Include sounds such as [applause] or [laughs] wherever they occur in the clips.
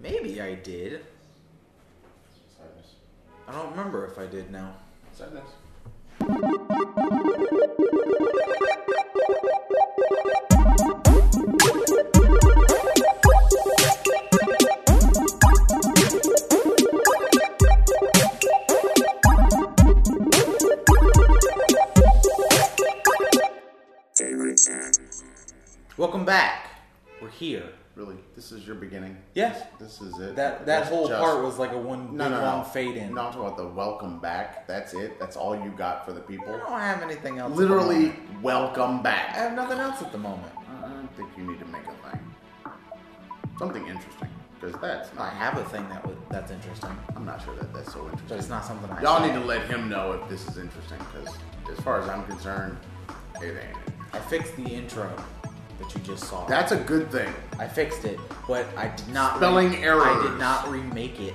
maybe I did. Sadness. I don't remember if I did now. Sadness. Favorite time. Welcome back. We're here. Really, this is your beginning. Yes. This is it. That that That's whole just- part was like a one no, big no, long no. fade in. No, I'm talking about the welcome back. That's it. That's all you got for the I people. don't have anything else. at the Literally, moment. welcome I back. have nothing else at the moment. I don't think you need to make a thing. Something interesting, because that's I not. have a thing that would that's interesting, I'm not sure that that's so interesting. but it's not something I. Y'all need to let him know if this is interesting, because as far as I'm concerned, it ain't. I fixed the intro that you just saw. That's a good thing. I fixed it, but I did not. Spelling I errors. did not remake it.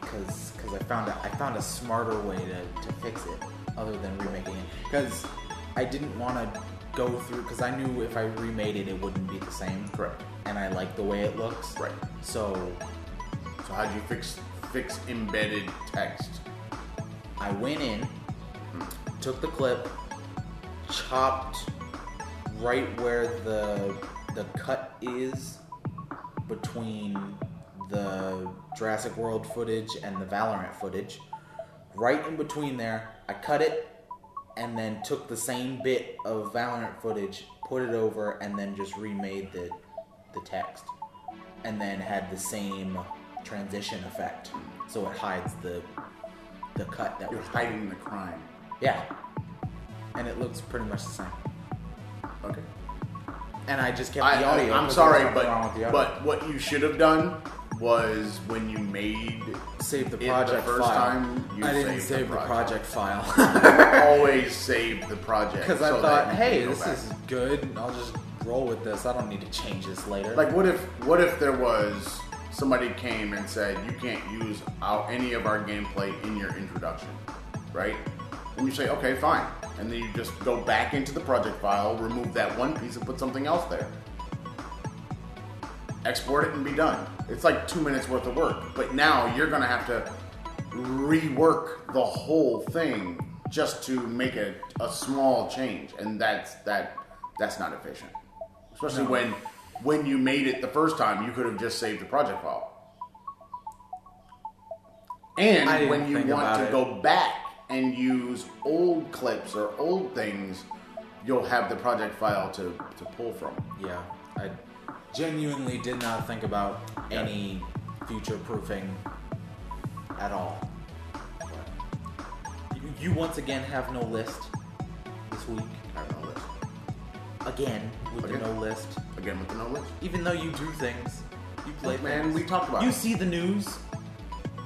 Cause, cause I found a, I found a smarter way to, to fix it, other than remaking it. Cause I didn't want to go through. Cause I knew if I remade it, it wouldn't be the same. Correct. And I like the way it looks. Right. So So how'd you fix fix embedded text? I went in, took the clip, chopped right where the the cut is between the Jurassic World footage and the Valorant footage. Right in between there, I cut it and then took the same bit of Valorant footage, put it over, and then just remade the the text. And then had the same transition effect. So it hides the the cut that You're was hiding the crime. yeah. And it looks pretty much the same. Okay. And I just kept I, the audio. I, am 'cause sorry, there's nothing wrong but with the audio. but what you should have done was when you made [laughs] save the it the project first file. time, you I didn't saved the save the project, project. [laughs] file always save the project. because I so that thought, you hey, can go this back. is good. and I'll just roll with this. I don't need to change this later. like what if what if there was somebody came and said you can't use our, any of our gameplay in your introduction, right? And you say, okay, fine, and then you just go back into the project file, remove that one piece, and put something else there. export it and be done. It's like two minutes worth of work. But now you're gonna have to rework the whole thing just to make a, a small change, and that's that that's not efficient. Especially when when you made it the first time, you could have just saved the project file. I didn't And when you think want about to it. go back and use old clips or old things, you'll have the project file to, to pull from. yeah, I genuinely did not think about any future proofing at all. You- You once again have no list this week. I have no list. Again with the Again. no list. Again with the no list. even though you do things, you play Look, man, things. we talked about You it. see the news.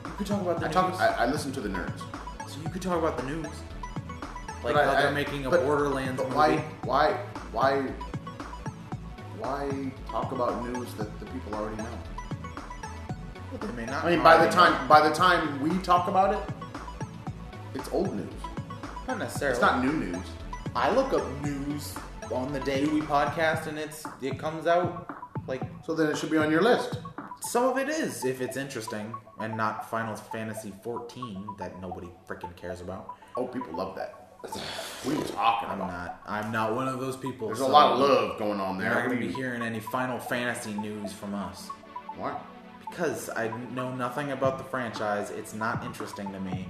You could talk about the I talk. news. I, I listen to the nerds. so you could talk about the news, like But I- how they're I- making a but- Borderlands But movie. why? Why? Why? Why talk about news that the people already know? Well, they may not I mean, by the already time by the time we talk about it, it's old news. know. not necessarily. It's not new news. I look up news on the day we podcast, and it's it comes out like So then it should be on your list. some of it is if it's interesting and not Final Fantasy 14 that nobody freaking cares about. Oh, people love that. What are you talking I'm about? not. I'm not one of those people. Uh-huh. There's so a lot of love going on You're there. not What going do to be you- hearing any Final Fantasy news from us. Why? Because I know nothing about the franchise. It's not interesting to me.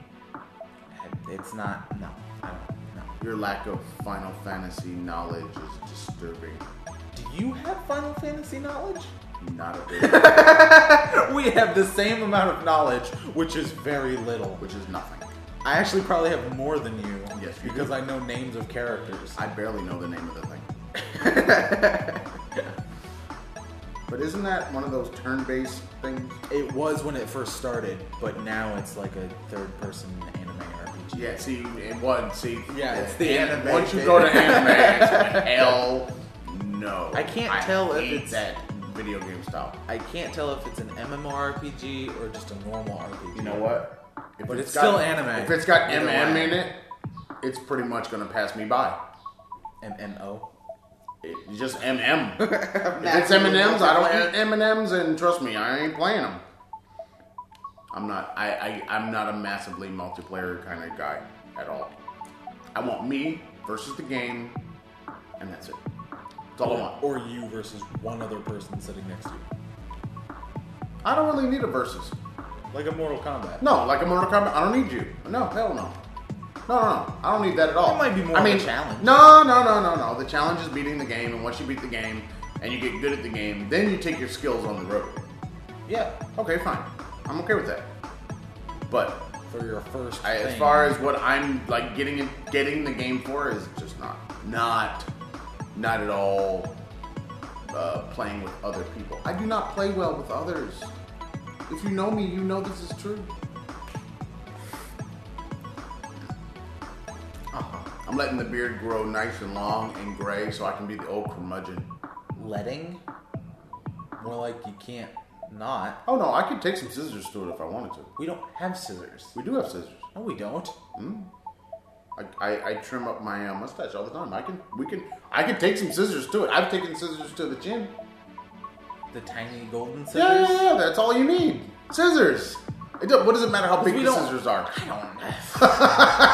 It's not. No. I don't. No. Your lack of Final Fantasy knowledge is disturbing. Do you have Final Fantasy knowledge? [laughs] Not a bit, we have the same amount of knowledge, which is very little. which is nothing. I actually probably have more than you. Yes, you Because do. I know names of characters. I barely know the name of the thing. [laughs] but isn't that one of those turn-based things? It was when it first started, but now it's like a third-person anime RPG. Yeah, see, and one, see, Yeah, it's the and anime Once you thing. [laughs] go to anime, it's like, hell no. I can't tell if hate it's- that video game style. I can't tell if it's an MMORPG or just a normal RPG. You know what? If But it's still got- anime. If it's got Either MM way. in it, it's pretty much gonna pass me by. MMO. It, you just [laughs] MM. if it's M Naturally and M's, I multiplayer. don't eat M and M's, and trust me, I ain't playing them. I'm not. I, I I'm not a massively multiplayer kind of guy at all. I want me versus the game, and that's it. That's all I want. Or you versus one other person sitting next to you. I don't really need a versus. Like a Mortal Kombat. No, like a Mortal Kombat, I don't need you. No, hell no. No, no, no. I don't need that at all. It might be more I of a mean, challenge. No, no, no, no, no. The challenge is beating the game, and once you beat the game and you get good at the game, then you take your skills on the road. Yeah. Okay, fine. I'm okay with that. But For your first I, as thing. far as what I'm like getting in, getting the game for is just not not not at all uh, playing with other people. I do not play well with others. If you know me, you know this is true. Uh-huh. I'm letting the beard grow nice and long and gray so I can be the old curmudgeon. Letting. More like you can't not. Oh no, I could take some scissors to it if I wanted to. We don't have scissors. We do have scissors. No, we don't. I, I, I trim up my uh, mustache all the time. I can we can I can take some scissors to it. I've taken scissors to the gym. The tiny golden scissors. Yeah, yeah, yeah. That's all you need. Scissors. It do what does it matter how big We the don't- scissors are? I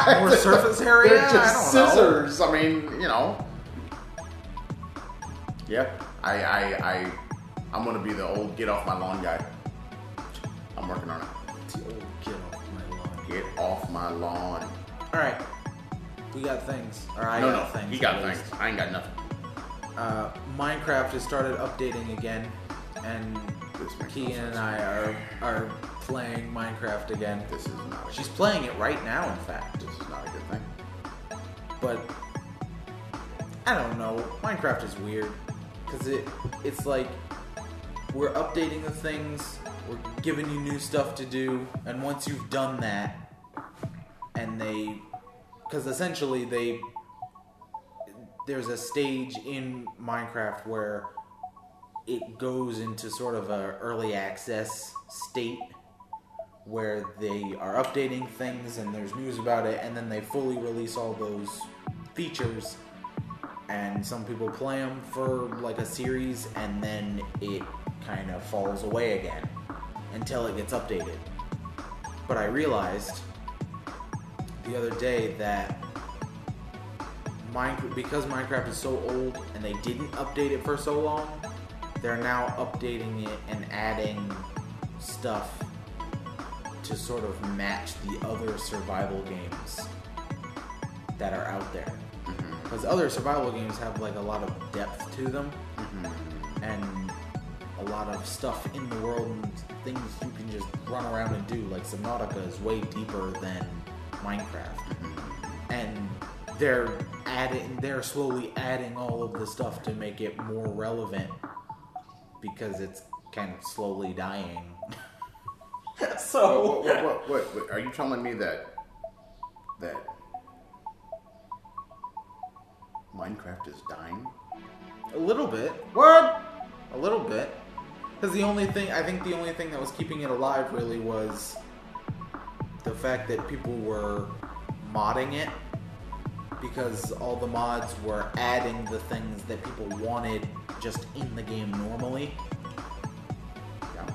don't [laughs] know. More surface area. They're I just don't know. scissors. I mean, you know. Yeah, I I I I'm gonna be the old get off my lawn guy. I'm working on it. Oh, get off my lawn. Get off my lawn. All right. We got things. Or I no, no, got things. he got at things. least. I ain't got nothing. Uh, Minecraft has started updating again, and This makes no Keegan and sense. I are are playing Minecraft again. This is not. A She's playing it right now, in fact. this is not a good thing. But I don't know. Minecraft is weird because it it's like we're updating the things, we're giving you new stuff to do, and once you've done that, and they, because essentially they, there's a stage in Minecraft where it goes into sort of a early access state where they are updating things and there's news about it and then they fully release all those features and some people play them for like a series and then it kind of falls away again until it gets updated but i realized the other day that Minecraft, because Minecraft is so old and they didn't update it for so long, they're now updating it and adding stuff to sort of match the other survival games that are out there. Because other survival games have like a lot of depth to them and a lot of stuff in the world and things you can just run around and do. Like Subnautica is way deeper than Minecraft and they're adding they're slowly adding all of the stuff to make it more relevant because it's kind of slowly dying [laughs] so What, what, [laughs] what, what, what- are you telling me that that Minecraft is dying? a little bit What? a little bit because the only thing i think the only thing that was keeping it alive really was the fact that people were modding it because all the mods were adding the things that people wanted just in the game normally Yeah.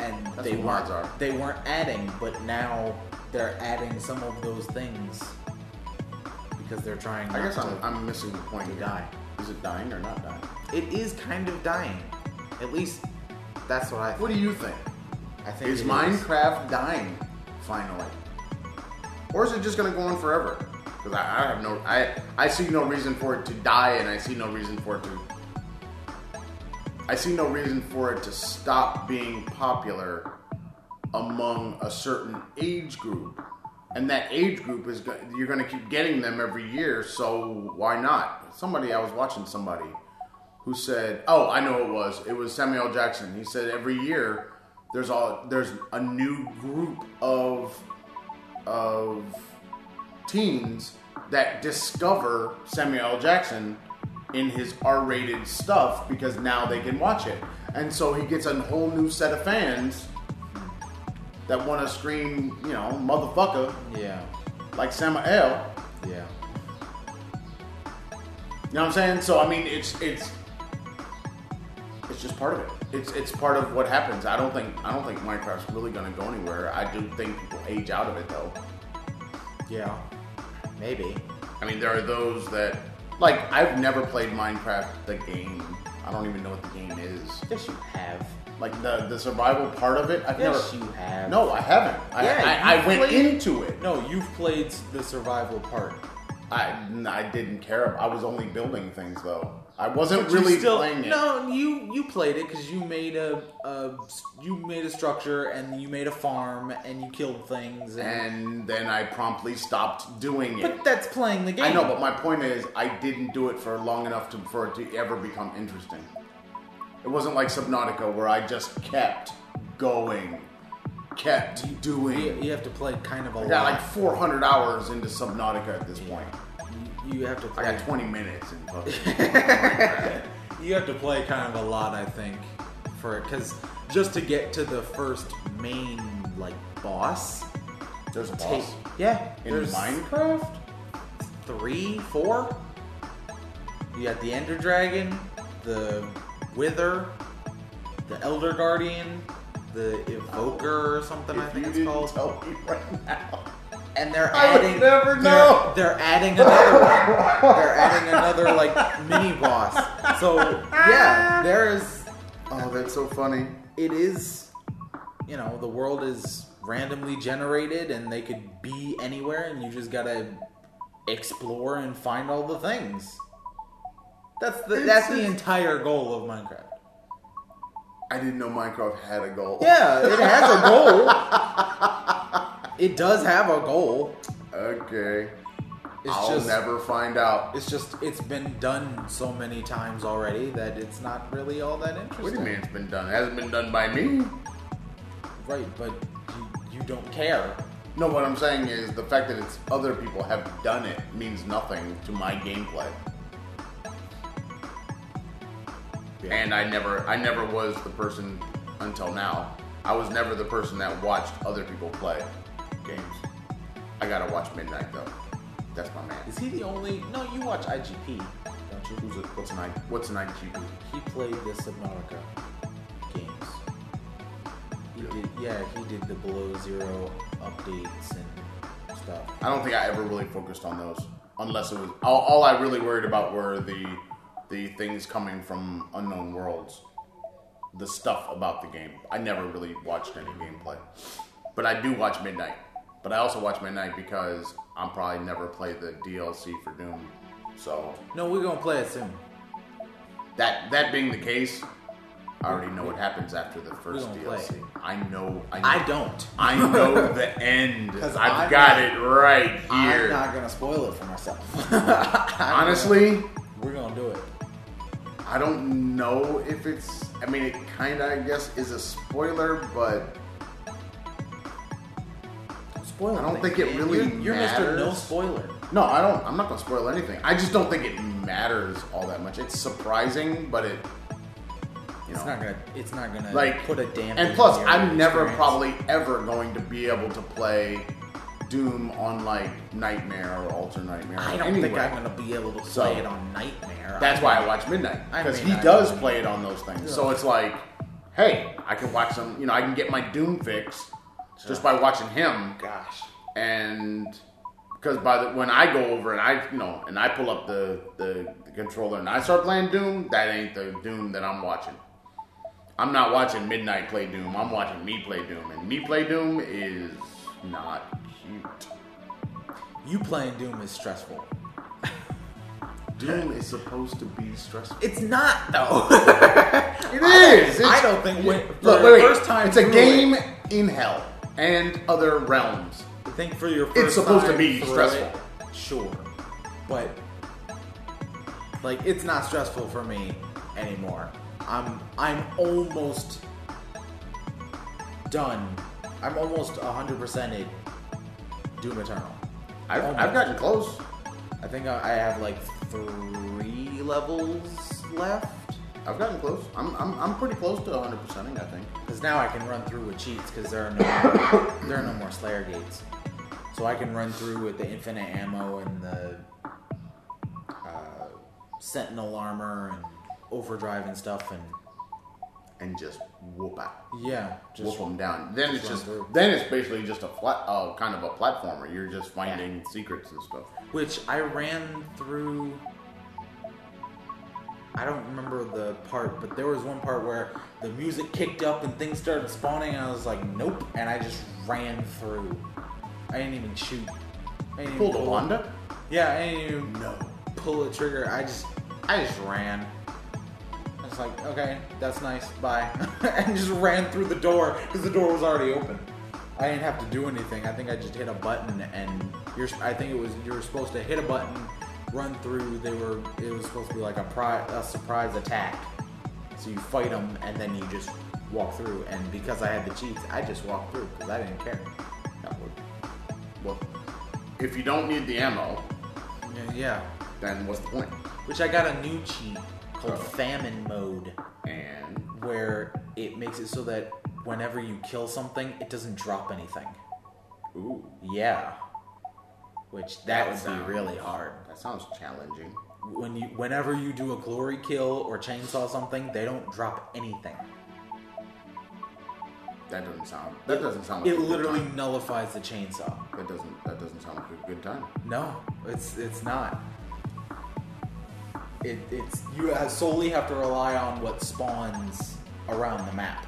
and That's they what weren't mods are. they weren't adding, but now they're adding some of those things because they're trying. I not guess I'm, to- I'm missing the point. to here. die. Is it dying or not dying? It is kind of dying. At least that's what I. What think. do you think? I think Is it Minecraft dying finally, or is it just going to go on forever? Because I, I have no, I I see no reason for it to die, and I see no reason for it to. I see no reason for it to stop being popular among a certain age group, and that age group is go- you're going to keep getting them every year. So why not? Somebody I was watching somebody who said, "Oh, I know it was. It was Samuel Jackson." He said every year there's all there's a new group of of teens that discover Samuel L. Jackson in his R-rated stuff because now they can watch it, and so he gets a whole new set of fans that want to scream, you know, motherfucker Yeah, like Samuel. yeah. You know what I'm saying? So I mean, it's it's it's just part of it. It's it's part of what happens. I don't think I don't think Minecraft's really gonna go anywhere. I do think people age out of it though. Yeah. Maybe. I mean, there are those that like I've never played Minecraft the game. I don't even know what the game is. Yes, you have. Like the the survival part of it, I've Yes, never. you have. No, I haven't. I, Yeah, I, you I went played- into it. No, you've played the survival part. I I didn't care. I was only building things though. I wasn't But you really still- playing it. No, you you played it because you made a, a you made a structure and you made a farm and you killed things and, And then I promptly stopped doing it. but that's playing the game. Eh. I know, but my point is, I didn't do it for long enough to, for it to ever become interesting. It wasn't like Subnautica where I just kept going, kept you, doing. you have to play kind of a I lot. got like 400 hours into Subnautica at this point. you, you have to play. I got 20 minutes in fucking. You have to play kind of a lot, I think, for it because just to get to the first main like boss. There's a take- boss yeah, in there's Minecraft. three, four. You got the Ender Dragon, the Wither, the Elder Guardian, the Evoker or something. I If think you it's didn't called. tell me right now. And they're I would adding. never they're- know. They're, adding [laughs] another. one. They're adding another like mini boss. So yeah, there is. Oh, that's so funny. It is. You know, the world is randomly generated, and they could be anywhere, and you just gotta explore and find all the things. That's the that's the entire goal of Minecraft. I didn't know Minecraft had a goal. Yeah, it has a goal. [laughs] it does have a goal. Okay. It's I'll just never find out. it's just it's been done so many times already that it's not really all that interesting. What do you mean it's been done? It hasn't been done by me. Right, but you, you don't care. No, what I'm saying is the fact that it's other people have done it means nothing to my gameplay. Yeah. And I never I never was the person until now. I was never the person that watched other people play games. I gotta watch Midnight though. That's my man. Is he the only? No, you watch IGP, don't you? Who's a, what's an I, what's an IGP? He played the Subnautica games. He did, yeah, he did the Below Zero updates and stuff. I don't think I ever really focused on those, unless it was all, all I really worried about were the the things coming from unknown worlds, the stuff about the game. I never really watched any gameplay, but I do watch Midnight. But I also watch Midnight because I'm probably never play the DLC for Doom. So No, we're gonna play it soon. that that being the case, I already know what happens after the first gonna play DLC. it. I know. I know. I don't. I know the end. [laughs] 'Cause I've I'm got not- it right here. I'm not gonna spoil it for myself. [laughs] I'm Honestly. gonna- we're gonna do it. I don't know if it's. I mean, it kind of, I guess, is a spoiler, but Spoiler. I don't things, think man. it really You're, you're Mr. matters. No Spoiler. no, I don't. I'm not gonna spoil anything. I just don't think it matters all that much. It's surprising, but it. You know, It's not gonna. It's not gonna like put a damn. And plus, I'm never probably ever going to be able to play Doom on like Nightmare or Ultra Nightmare. I or don't think anywhere. I'm gonna be able to play So, it on Nightmare. That's why I watch Midnight I because may he not does even- play it on those things. So it's like, hey, I can watch some. You know, I can get my Doom fix just by watching him. Gosh. And because by the when I go over and I you know and I pull up the, the the controller and I start playing Doom, that ain't the Doom that I'm watching. I'm not watching Midnight play Doom. I'm watching me play Doom, and me play Doom is not cute. You playing Doom is stressful. Doom is supposed to be stressful. It's not though. It is. I It's- don't think when, for Look, the wait, wait. first time it's a through game It, in hell and other realms. I think for your first supposed to time be through stressful. it, sure, but like it's not stressful for me anymore. I'm I'm almost done. I'm almost 100 percented Doom Eternal. I've, Almost. I've gotten close. I think I, I have like three levels left. I've gotten close. I'm, I'm, I'm pretty close to 100%ing, I think. Because now I can run through with cheats because there are no there are no more Slayer gates, so I can run through with the infinite ammo and the uh, sentinel armor and overdrive and stuff, and and just whoop out, yeah, whoop just them down. Then it's run just through. then it's basically just a flat, uh, kind of a platformer. You're just finding secrets and stuff. which I ran through. I don't remember the part, but there was one part where the music kicked up and things started spawning, and I was like, nope, and I just ran through. I didn't even shoot. I didn't even Pulled a pull- Wanda? Yeah, I didn't even No. pull the trigger. I just, I just ran. I was like, okay, that's nice, bye, [laughs] and just ran through the door because the door was already open. I didn't have to do anything. I think I just hit a button, and you're. I think it was you were supposed to hit a button, run through. They were. It was supposed to be like a, pri- a surprise attack. So you fight them, and then you just walk through. And because I had the cheats, I just walked through because I didn't care. That would. Well, if you don't need the ammo, Yeah, yeah. then what's the point? Which I got a new cheat called Oh. Famine Mode, And where it makes it so that whenever you kill something, it doesn't drop anything. ooh, Yeah. Which that, That would sounds- be really hard. that sounds challenging. When you, whenever you do a glory kill or chainsaw something, they don't drop anything. That doesn't sound. That doesn't sound. Like It a good literally time. nullifies the chainsaw. That doesn't. That doesn't sound like a good time. No, it's it's not. It, it's you have- solely have to rely on what spawns around the map.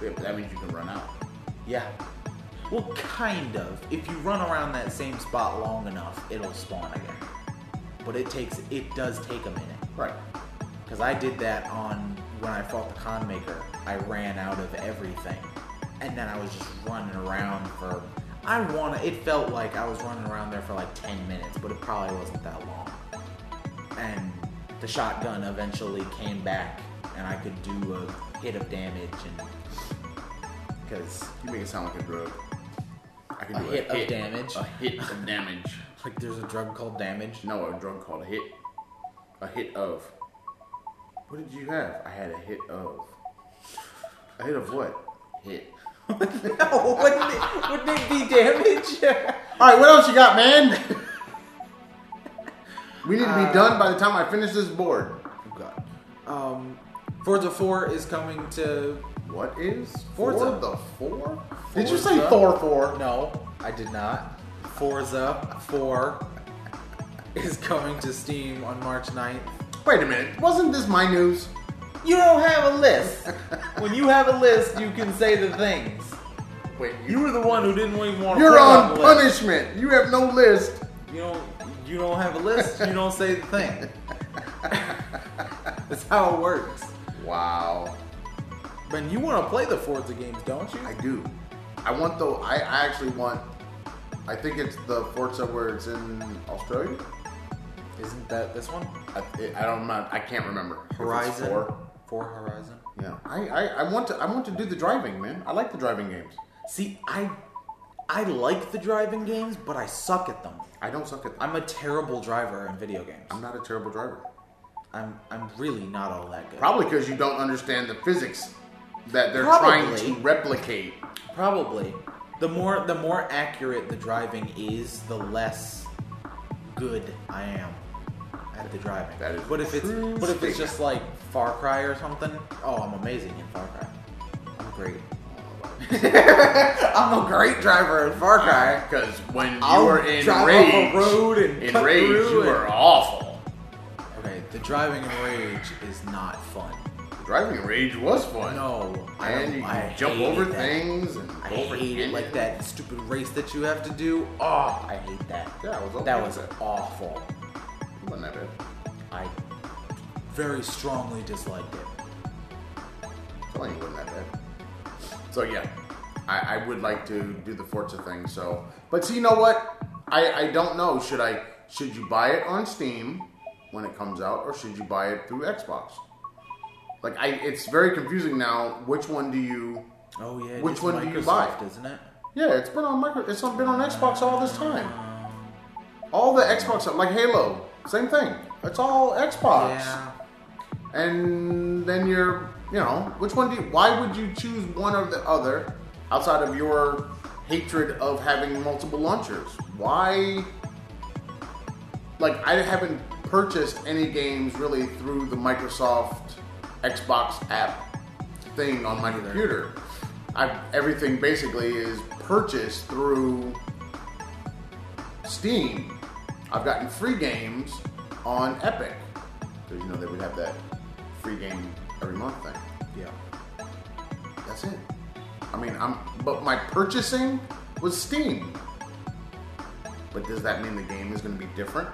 Yeah, but that means you can run out. Yeah. Well, kind of. If you run around that same spot long enough, it'll spawn again. But it takes it does take a minute. Right. Cause I did that on when I fought the con maker. I ran out of everything, and then I was just running around for. I wanna. It felt like I was running around there for like ten minutes, but it probably wasn't that long. And the shotgun eventually came back, and I could do a hit of damage, and because You make it sound like a drug. I can A do hit of damage. A hit of damage. like there's a drug called damage. No, a drug called a hit. A hit of. What did you have? I had a hit of. A hit of what? Hit. no, [laughs] wouldn't it, wouldn't it be damage? All right, what else you got, man? [laughs] we need to be done by the time I finish this board. [laughs] oh god. Um, Forza 4 is coming to What is Forza. the four? Did you say Forza. Thor four? No, I did not. Forza 4 is coming to Steam on March 9th. Wait a minute. Wasn't this my news? You don't have a list. when you have a list, you can say the things. Wait, You were the one who didn't even want to You're put on a list. punishment. You have no list. You don't you don't have a list, you don't say the thing. [laughs] That's how it works. Wow. But you want to play the Forza games, don't you? I do. I want though. I, I actually want. I think it's the Forza where it's in Australia. Isn't that this one? I, it, I don't. Remember, I can't remember. if it's Horizon. four. For Horizon. Yeah. I, I, I want to. I want to do the driving, man. I like the driving games. See, I I like the driving games, but I suck at them. I don't suck at. them. I'm a terrible driver in video games. I'm not a terrible driver. I'm I'm really not all that good. Probably because you don't understand the physics that they're Probably. trying to replicate. Probably. The more the more accurate the driving is, the less good I am at the driving. That is but if it's true but if statement. it's just like Far Cry or something, oh, I'm amazing in Far Cry. I'm [laughs] great. [laughs] I'm a great driver in Far [laughs] Cry. Because when you I'll were in drive off a rage, road and in cut rage, through you and- were awful. Okay, the driving in Rage is not fun. Driving in rage was fun. No, I and don't, you I jump hated over that. things and I go over hate it like engines. that stupid race that you have to do. Oh, I hate that. Yeah, I was okay that with was that. awful. It wasn't that bad. I very strongly disliked it. I'm telling you, it wasn't that bad. So yeah, I, I would like to do the Forza thing. So, but see, you know what? I, I don't know. Should I? Should you buy it on Steam when it comes out, or should you buy it through Xbox? Like, I it's very confusing now. Which one do you? Oh yeah, Which just one do you buy? Microsoft, Isn't it? Yeah, it's been on micro. It's been on Xbox all this time. All the Xbox, like Halo, same thing. It's all Xbox. Yeah. and then you're you know which one do you why would you choose one or the other outside of your hatred of having multiple launchers why like i haven't purchased any games really through the Microsoft Xbox app thing on my computer. I've, everything basically is purchased through Steam. I've gotten free games on Epic. Because you know they would have that free game every month thing. Yeah. That's it. I mean, I'm but my purchasing was Steam. But does that mean the game is going to be different?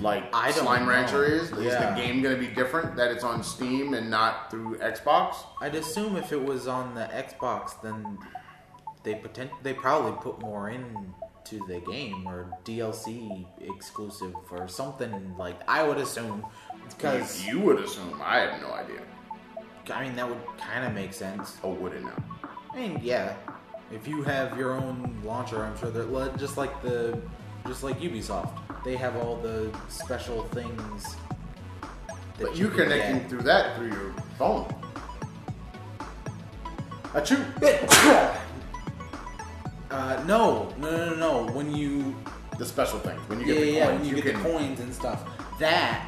Like I don't Slime know. Rancher is? Yeah. Is the game going to be different that it's on Steam and not through Xbox? I'd assume if it was on the Xbox, then they potent- they probably put more into the game or DLC exclusive or something like. I would assume because you would assume. I have no idea. I mean that would kind of make sense. Oh, wouldn't know. I mean, yeah, if you have your own launcher, I'm sure that well, just like the just like Ubisoft, they have all the special things. That But you connecting get. through that through your phone. Achoo! Uh, no, no, no, no. no. When you The special things when you yeah, get the yeah, coins, when you, get can the coins and stuff. That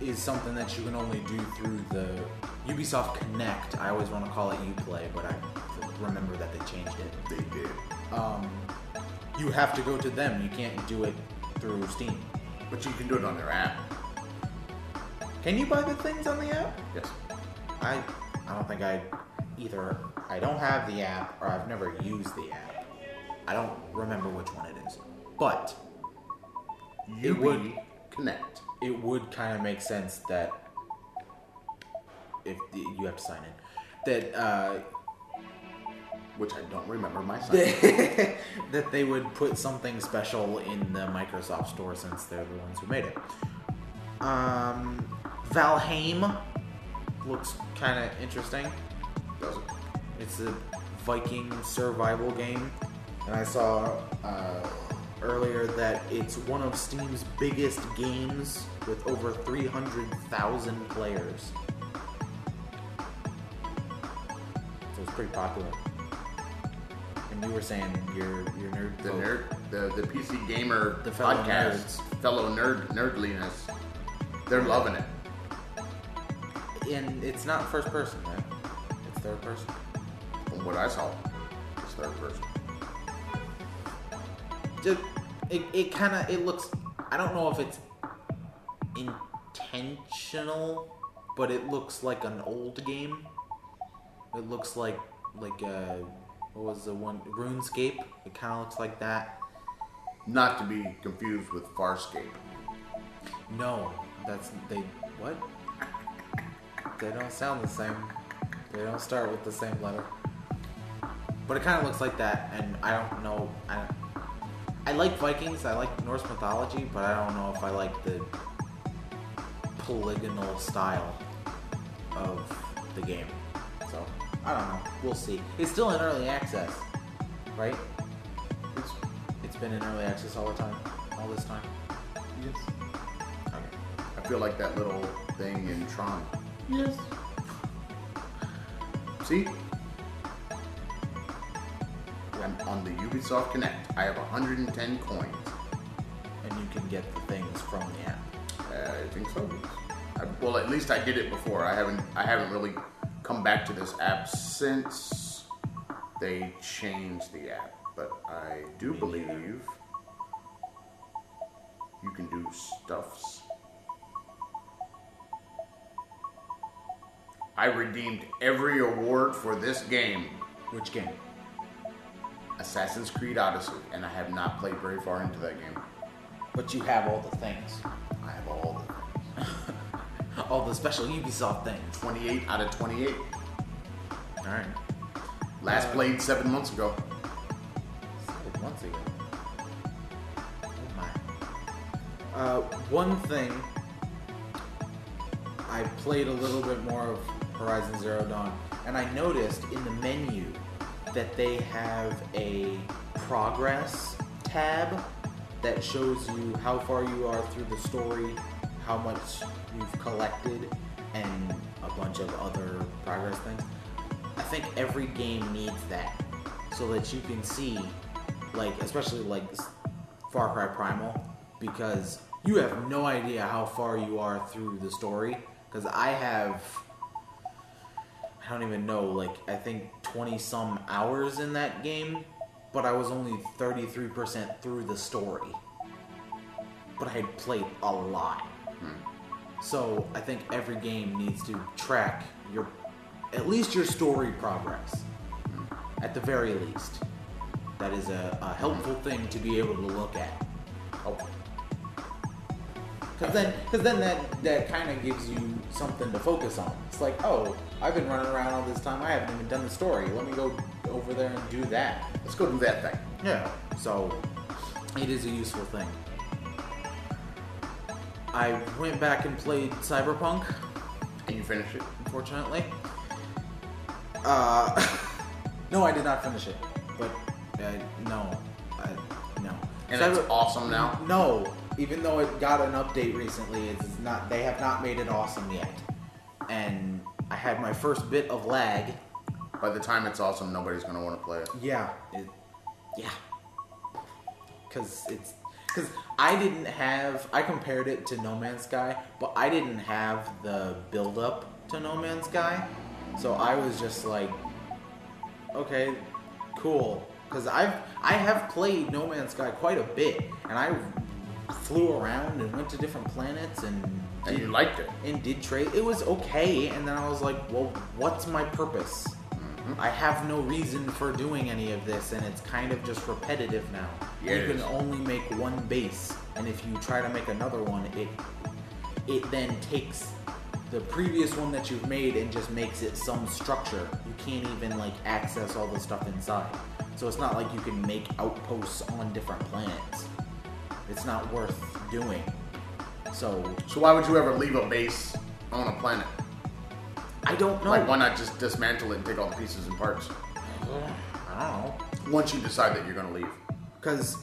is something that you can only do through the Ubisoft Connect. I always want to call it UPlay, but I remember that they changed it. They did, Um, you have to go to them. You can't do it through Steam. but you can do it on their app. Can you buy the things on the app? Yes. I, I don't think I either. I don't have the app, or I've never used the app. I don't remember which one it is, but You would- connect. it would kind of make sense that if you have to sign in, that uh, [laughs] which I don't remember myself. that they would put something special in the Microsoft store since they're the ones who made it. Um, Valheim looks kind of interesting. Doesn't. It's a Viking survival game, and I saw uh, earlier that it's one of Steam's biggest games with over 300,000 players. So it's pretty popular. And you were saying your your nerd The folk- nerd, the, the PC gamer The fellow podcast, fellow nerd nerdliness, they're loving it. and it's not first person, right? It's third person. From what I saw, it's third person. Ju- it, it kind of it looks i don't know if it's intentional but it looks like an old game it looks like like uh what was the one runescape it kind of looks like that Not to be confused with Farscape. no that's they what they don't sound the same they don't start with the same letter but it kind of looks like that and i don't know i don't I like Vikings, I like Norse mythology, but I don't know if I like the polygonal style of the game. So, I don't know. We'll see. It's still in early access, right? It's, it's been in early access all the time, all this time. Yes. Okay. I feel like that little thing in Tron. Yes. See? I'm on the Ubisoft Connect. I have 110 coins. And you can get the things from the app. I think so. I, well, at least I did it before. I haven't. I haven't really come back to this app since they changed the app. But I do believe you can do stuffs. I redeemed every award for this game, Which game? Assassin's Creed Odyssey, and I have not played very far into that game. But you have all the things. [laughs] I have all the All the special Ubisoft things. 28 out of 28. Alright. Last Uh, played seven months ago. Seven months ago. Oh my. Uh, one thing I played a little bit more of Horizon Zero Dawn, and I noticed in the menu that they have a progress tab that shows you how far you are through the story, how much you've collected, and a bunch of other progress things. I think every game needs that so that you can see, like, especially like Far Cry Primal, because you have no idea how far you are through the story. Because I have, I don't even know, like, I think 20 some hours in that game, but I was only 33% through the story. But I had played a lot. So I think every game needs to track your, at least your story progress. At the very least. That is a, a helpful thing to be able to look at. Oh, Because then, cause then that, that kind of gives you something to focus on. It's like, oh, I've been running around all this time. I haven't even done the story. Let me go over there and do that. let's go do that thing. Yeah. So it is a useful thing. I went back and played Cyberpunk, And you finish it. unfortunately. Uh, [laughs] no, I did not finish it. But uh, no, I, no. And Cyber- it's awesome now. no, even though it got an update recently, it's not. They have not made it awesome yet. And I had my first bit of lag. By the time it's awesome, nobody's gonna want to play it. Yeah. It, yeah. Cause it's because I didn't have. I compared it to No Man's Sky, but I didn't have the build up to No Man's Sky, so I was just like, okay, cool. Because I've I have played No Man's Sky quite a bit, and I flew around and went to different planets and And you liked it. and did trade. It was okay, and then I was like, well, what's my purpose? I have no reason for doing any of this, and it's kind of just repetitive now. Yeah, you it can is. only make one base, and if you try to make another one, it it then takes the previous one that you've made and just makes it some structure. You can't even like access all the stuff inside. So it's not like you can make outposts on different planets. It's not worth doing. So So why would you ever leave a base on a planet? I don't know. Like, why not just dismantle it and take all the pieces and parts? I don't know. Once you decide that you're gonna leave. Because,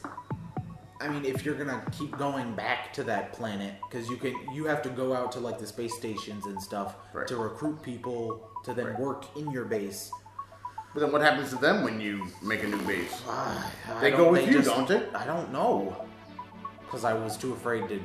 I mean, if you're gonna keep going back to that planet, because you can, you have to go out to like the space stations and stuff Right. to recruit people to then Right. work in your base. But then what happens to them when you make a new base? Ah, I They don't- go with you, don't they? I don't know. Because I was too afraid to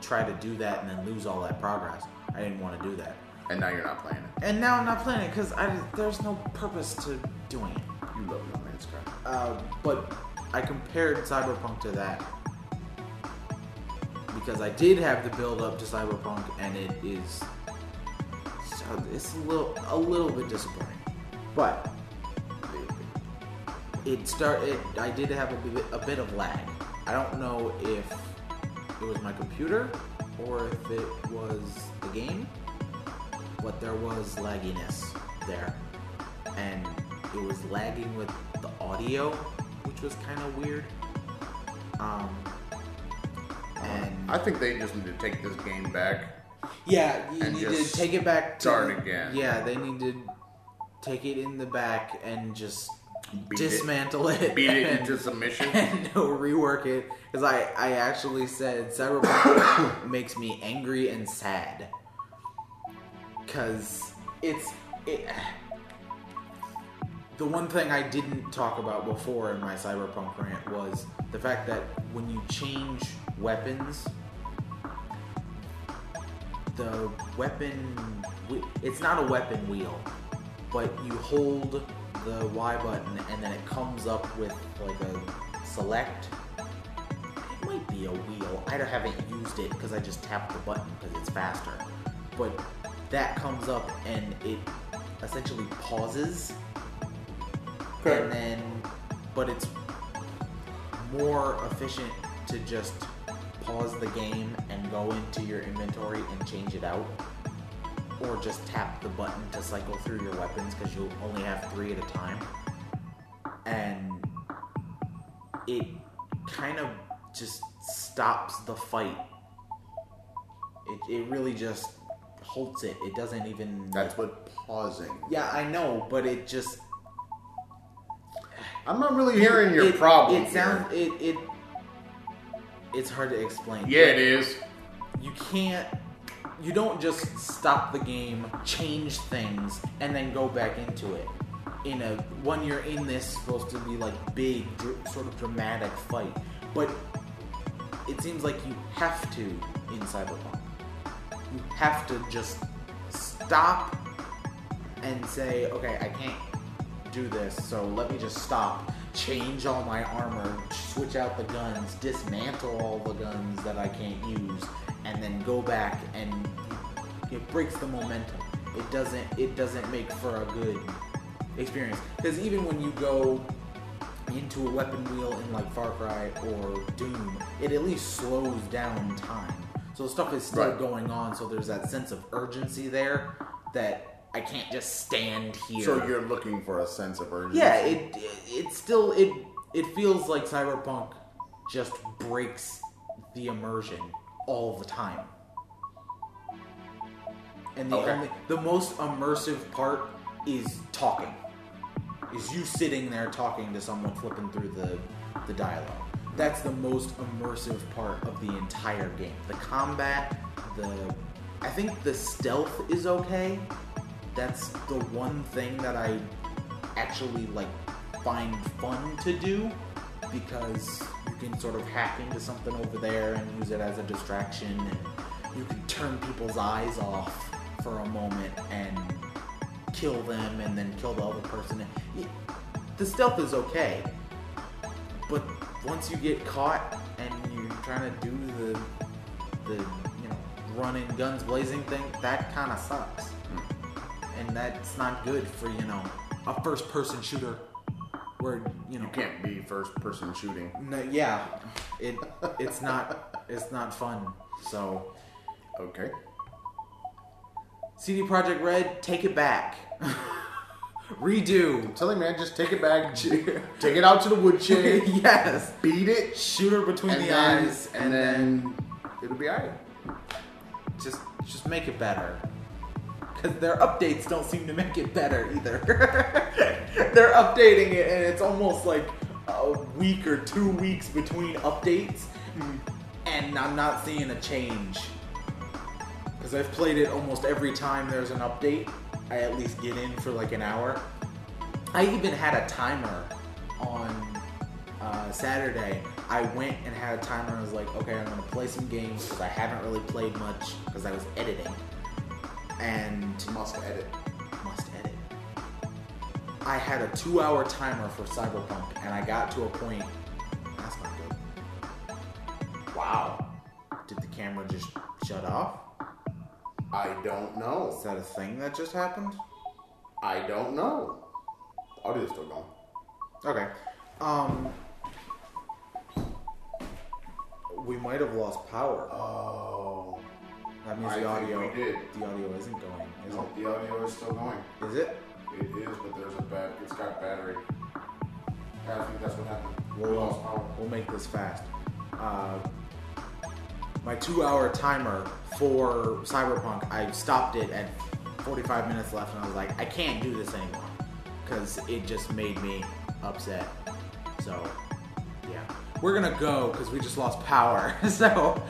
try to do that and then lose all that progress. I didn't want to do that. And now you're not playing it. And now I'm not playing it because there's no purpose to doing it. You love No Man's Sky. Uh, but I compared Cyberpunk to that because I did have the build up to Cyberpunk, and it is so it's a little a little bit disappointing. But it started. I did have a bit, a bit of lag. I don't know if it was my computer or if it was the game, but there was lagginess there, and it was lagging with the audio, which was kind of weird. Um, and I think they just need to take this game back. yeah, you And need to just take it back. To, start again. Yeah, they need to take it in the back and just Beat it. dismantle it, Beat it [laughs] and, into submission. and [laughs] rework it. Because I, I actually said Cyberpunk [coughs] makes me angry and sad. Because it's it, [sighs] the one thing I didn't talk about before in my Cyberpunk rant was the fact that when you change weapons the weapon whe- it's not a weapon wheel but you hold the y button and then it comes up with like a select it might be a wheel i don't- haven't used it because i just tapped the button because it's faster but that comes up and it essentially pauses and then but it's more efficient to just pause the game and go into your inventory and change it out or just tap the button to cycle through your weapons because you'll only have three at a time and it kind of just stops the fight it, it really just halts it it doesn't even That's what pausing. yeah i know but it just I'm not really hearing your it, problem. It sounds it, it it's hard to explain. Here. Yeah, it is. You can't you don't just stop the game, change things, and then go back into it. In a when you're in this supposed to be like big, dr- sort of dramatic fight, but it seems like you have to in cyberpunk. You have to just stop and say, okay, I can't do this, so let me just stop, change all my armor, switch out the guns, dismantle all the guns that I can't use, and then go back and it breaks the momentum. It doesn't it doesn't make for a good experience. Because even when you go into a weapon wheel in like Far Cry or Doom, it at least slows down time. So stuff is still Right. going on, so there's that sense of urgency there that I can't just stand here. So you're looking for a sense of urgency. yeah, it, it it's still it it feels like Cyberpunk just breaks the immersion all the time. And the Okay. only the most immersive part is talking. Is you sitting there talking to someone flipping through the the dialogue. That's the most immersive part of the entire game. The combat, the I think the stealth is okay. That's the one thing that I actually like find fun to do because you can sort of hack into something over there and use it as a distraction and you can turn people's eyes off for a moment and kill them and then kill the other person. Y- The stealth is okay, but once you get caught and you're trying to do the the you know running guns blazing thing, that kind of sucks, and that's not good for you know a first person shooter where you know You can't be first person shooting. no, yeah it it's not it's not fun so Okay. CD Project Red take it back [laughs] [laughs] redo Tell him, man, just take it back, [laughs] take it out to [laughs] the woodshed, yes beat it, shooter between and the then, eyes and, then, it'll be alright. just just make it better because their updates don't seem to make it better either [laughs] they're updating it and it's almost like a week or two weeks between updates and i'm not seeing a change because i've played it almost every time there's an update i at least get in for like an hour I even had a timer on uh, Saturday. I went and had a timer. I was like, okay, I'm gonna play some games because I haven't really played much because I was editing and Must edit. must edit. I had a two-hour timer for Cyberpunk, and I got to a point. That's not good. Wow. Did the camera just shut off? I don't know. Is that a thing that just happened? I don't know. Audio's still going. Okay. Um. We might have lost power. Oh. That means I the think audio. we did. The audio isn't going. Is No, the audio is still going. it? Is it? It is, but there's a bad. It's got battery. I think that's what happened. We We'll, lost power. we'll make this fast. Uh, my two-hour timer for Cyberpunk, I stopped it at 45 minutes left, and I was like, I can't do this anymore because it just made me upset. So, yeah, we're gonna go because we just lost power. [laughs] so,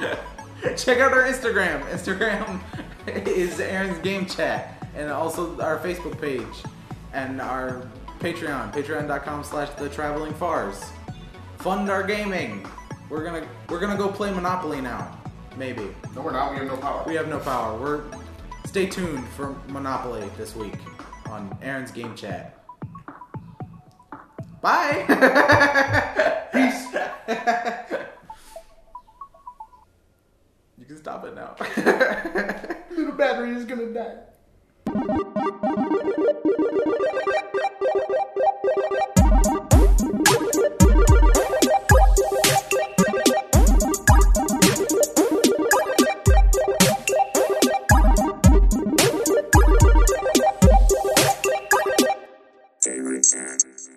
check out our Instagram. Instagram [laughs] is Aaron's Game Chat, and also our Facebook page and our Patreon, Patreon.com/slash The Traveling Fars. Fund our gaming. We're gonna we're gonna go play Monopoly now. Maybe No, we're not. We have no power. we have no power. We're stay tuned for Monopoly this week on Aaron's Game Chat. Bye. Peace. [laughs] you can stop it now. The battery is gonna die. Favorite cat.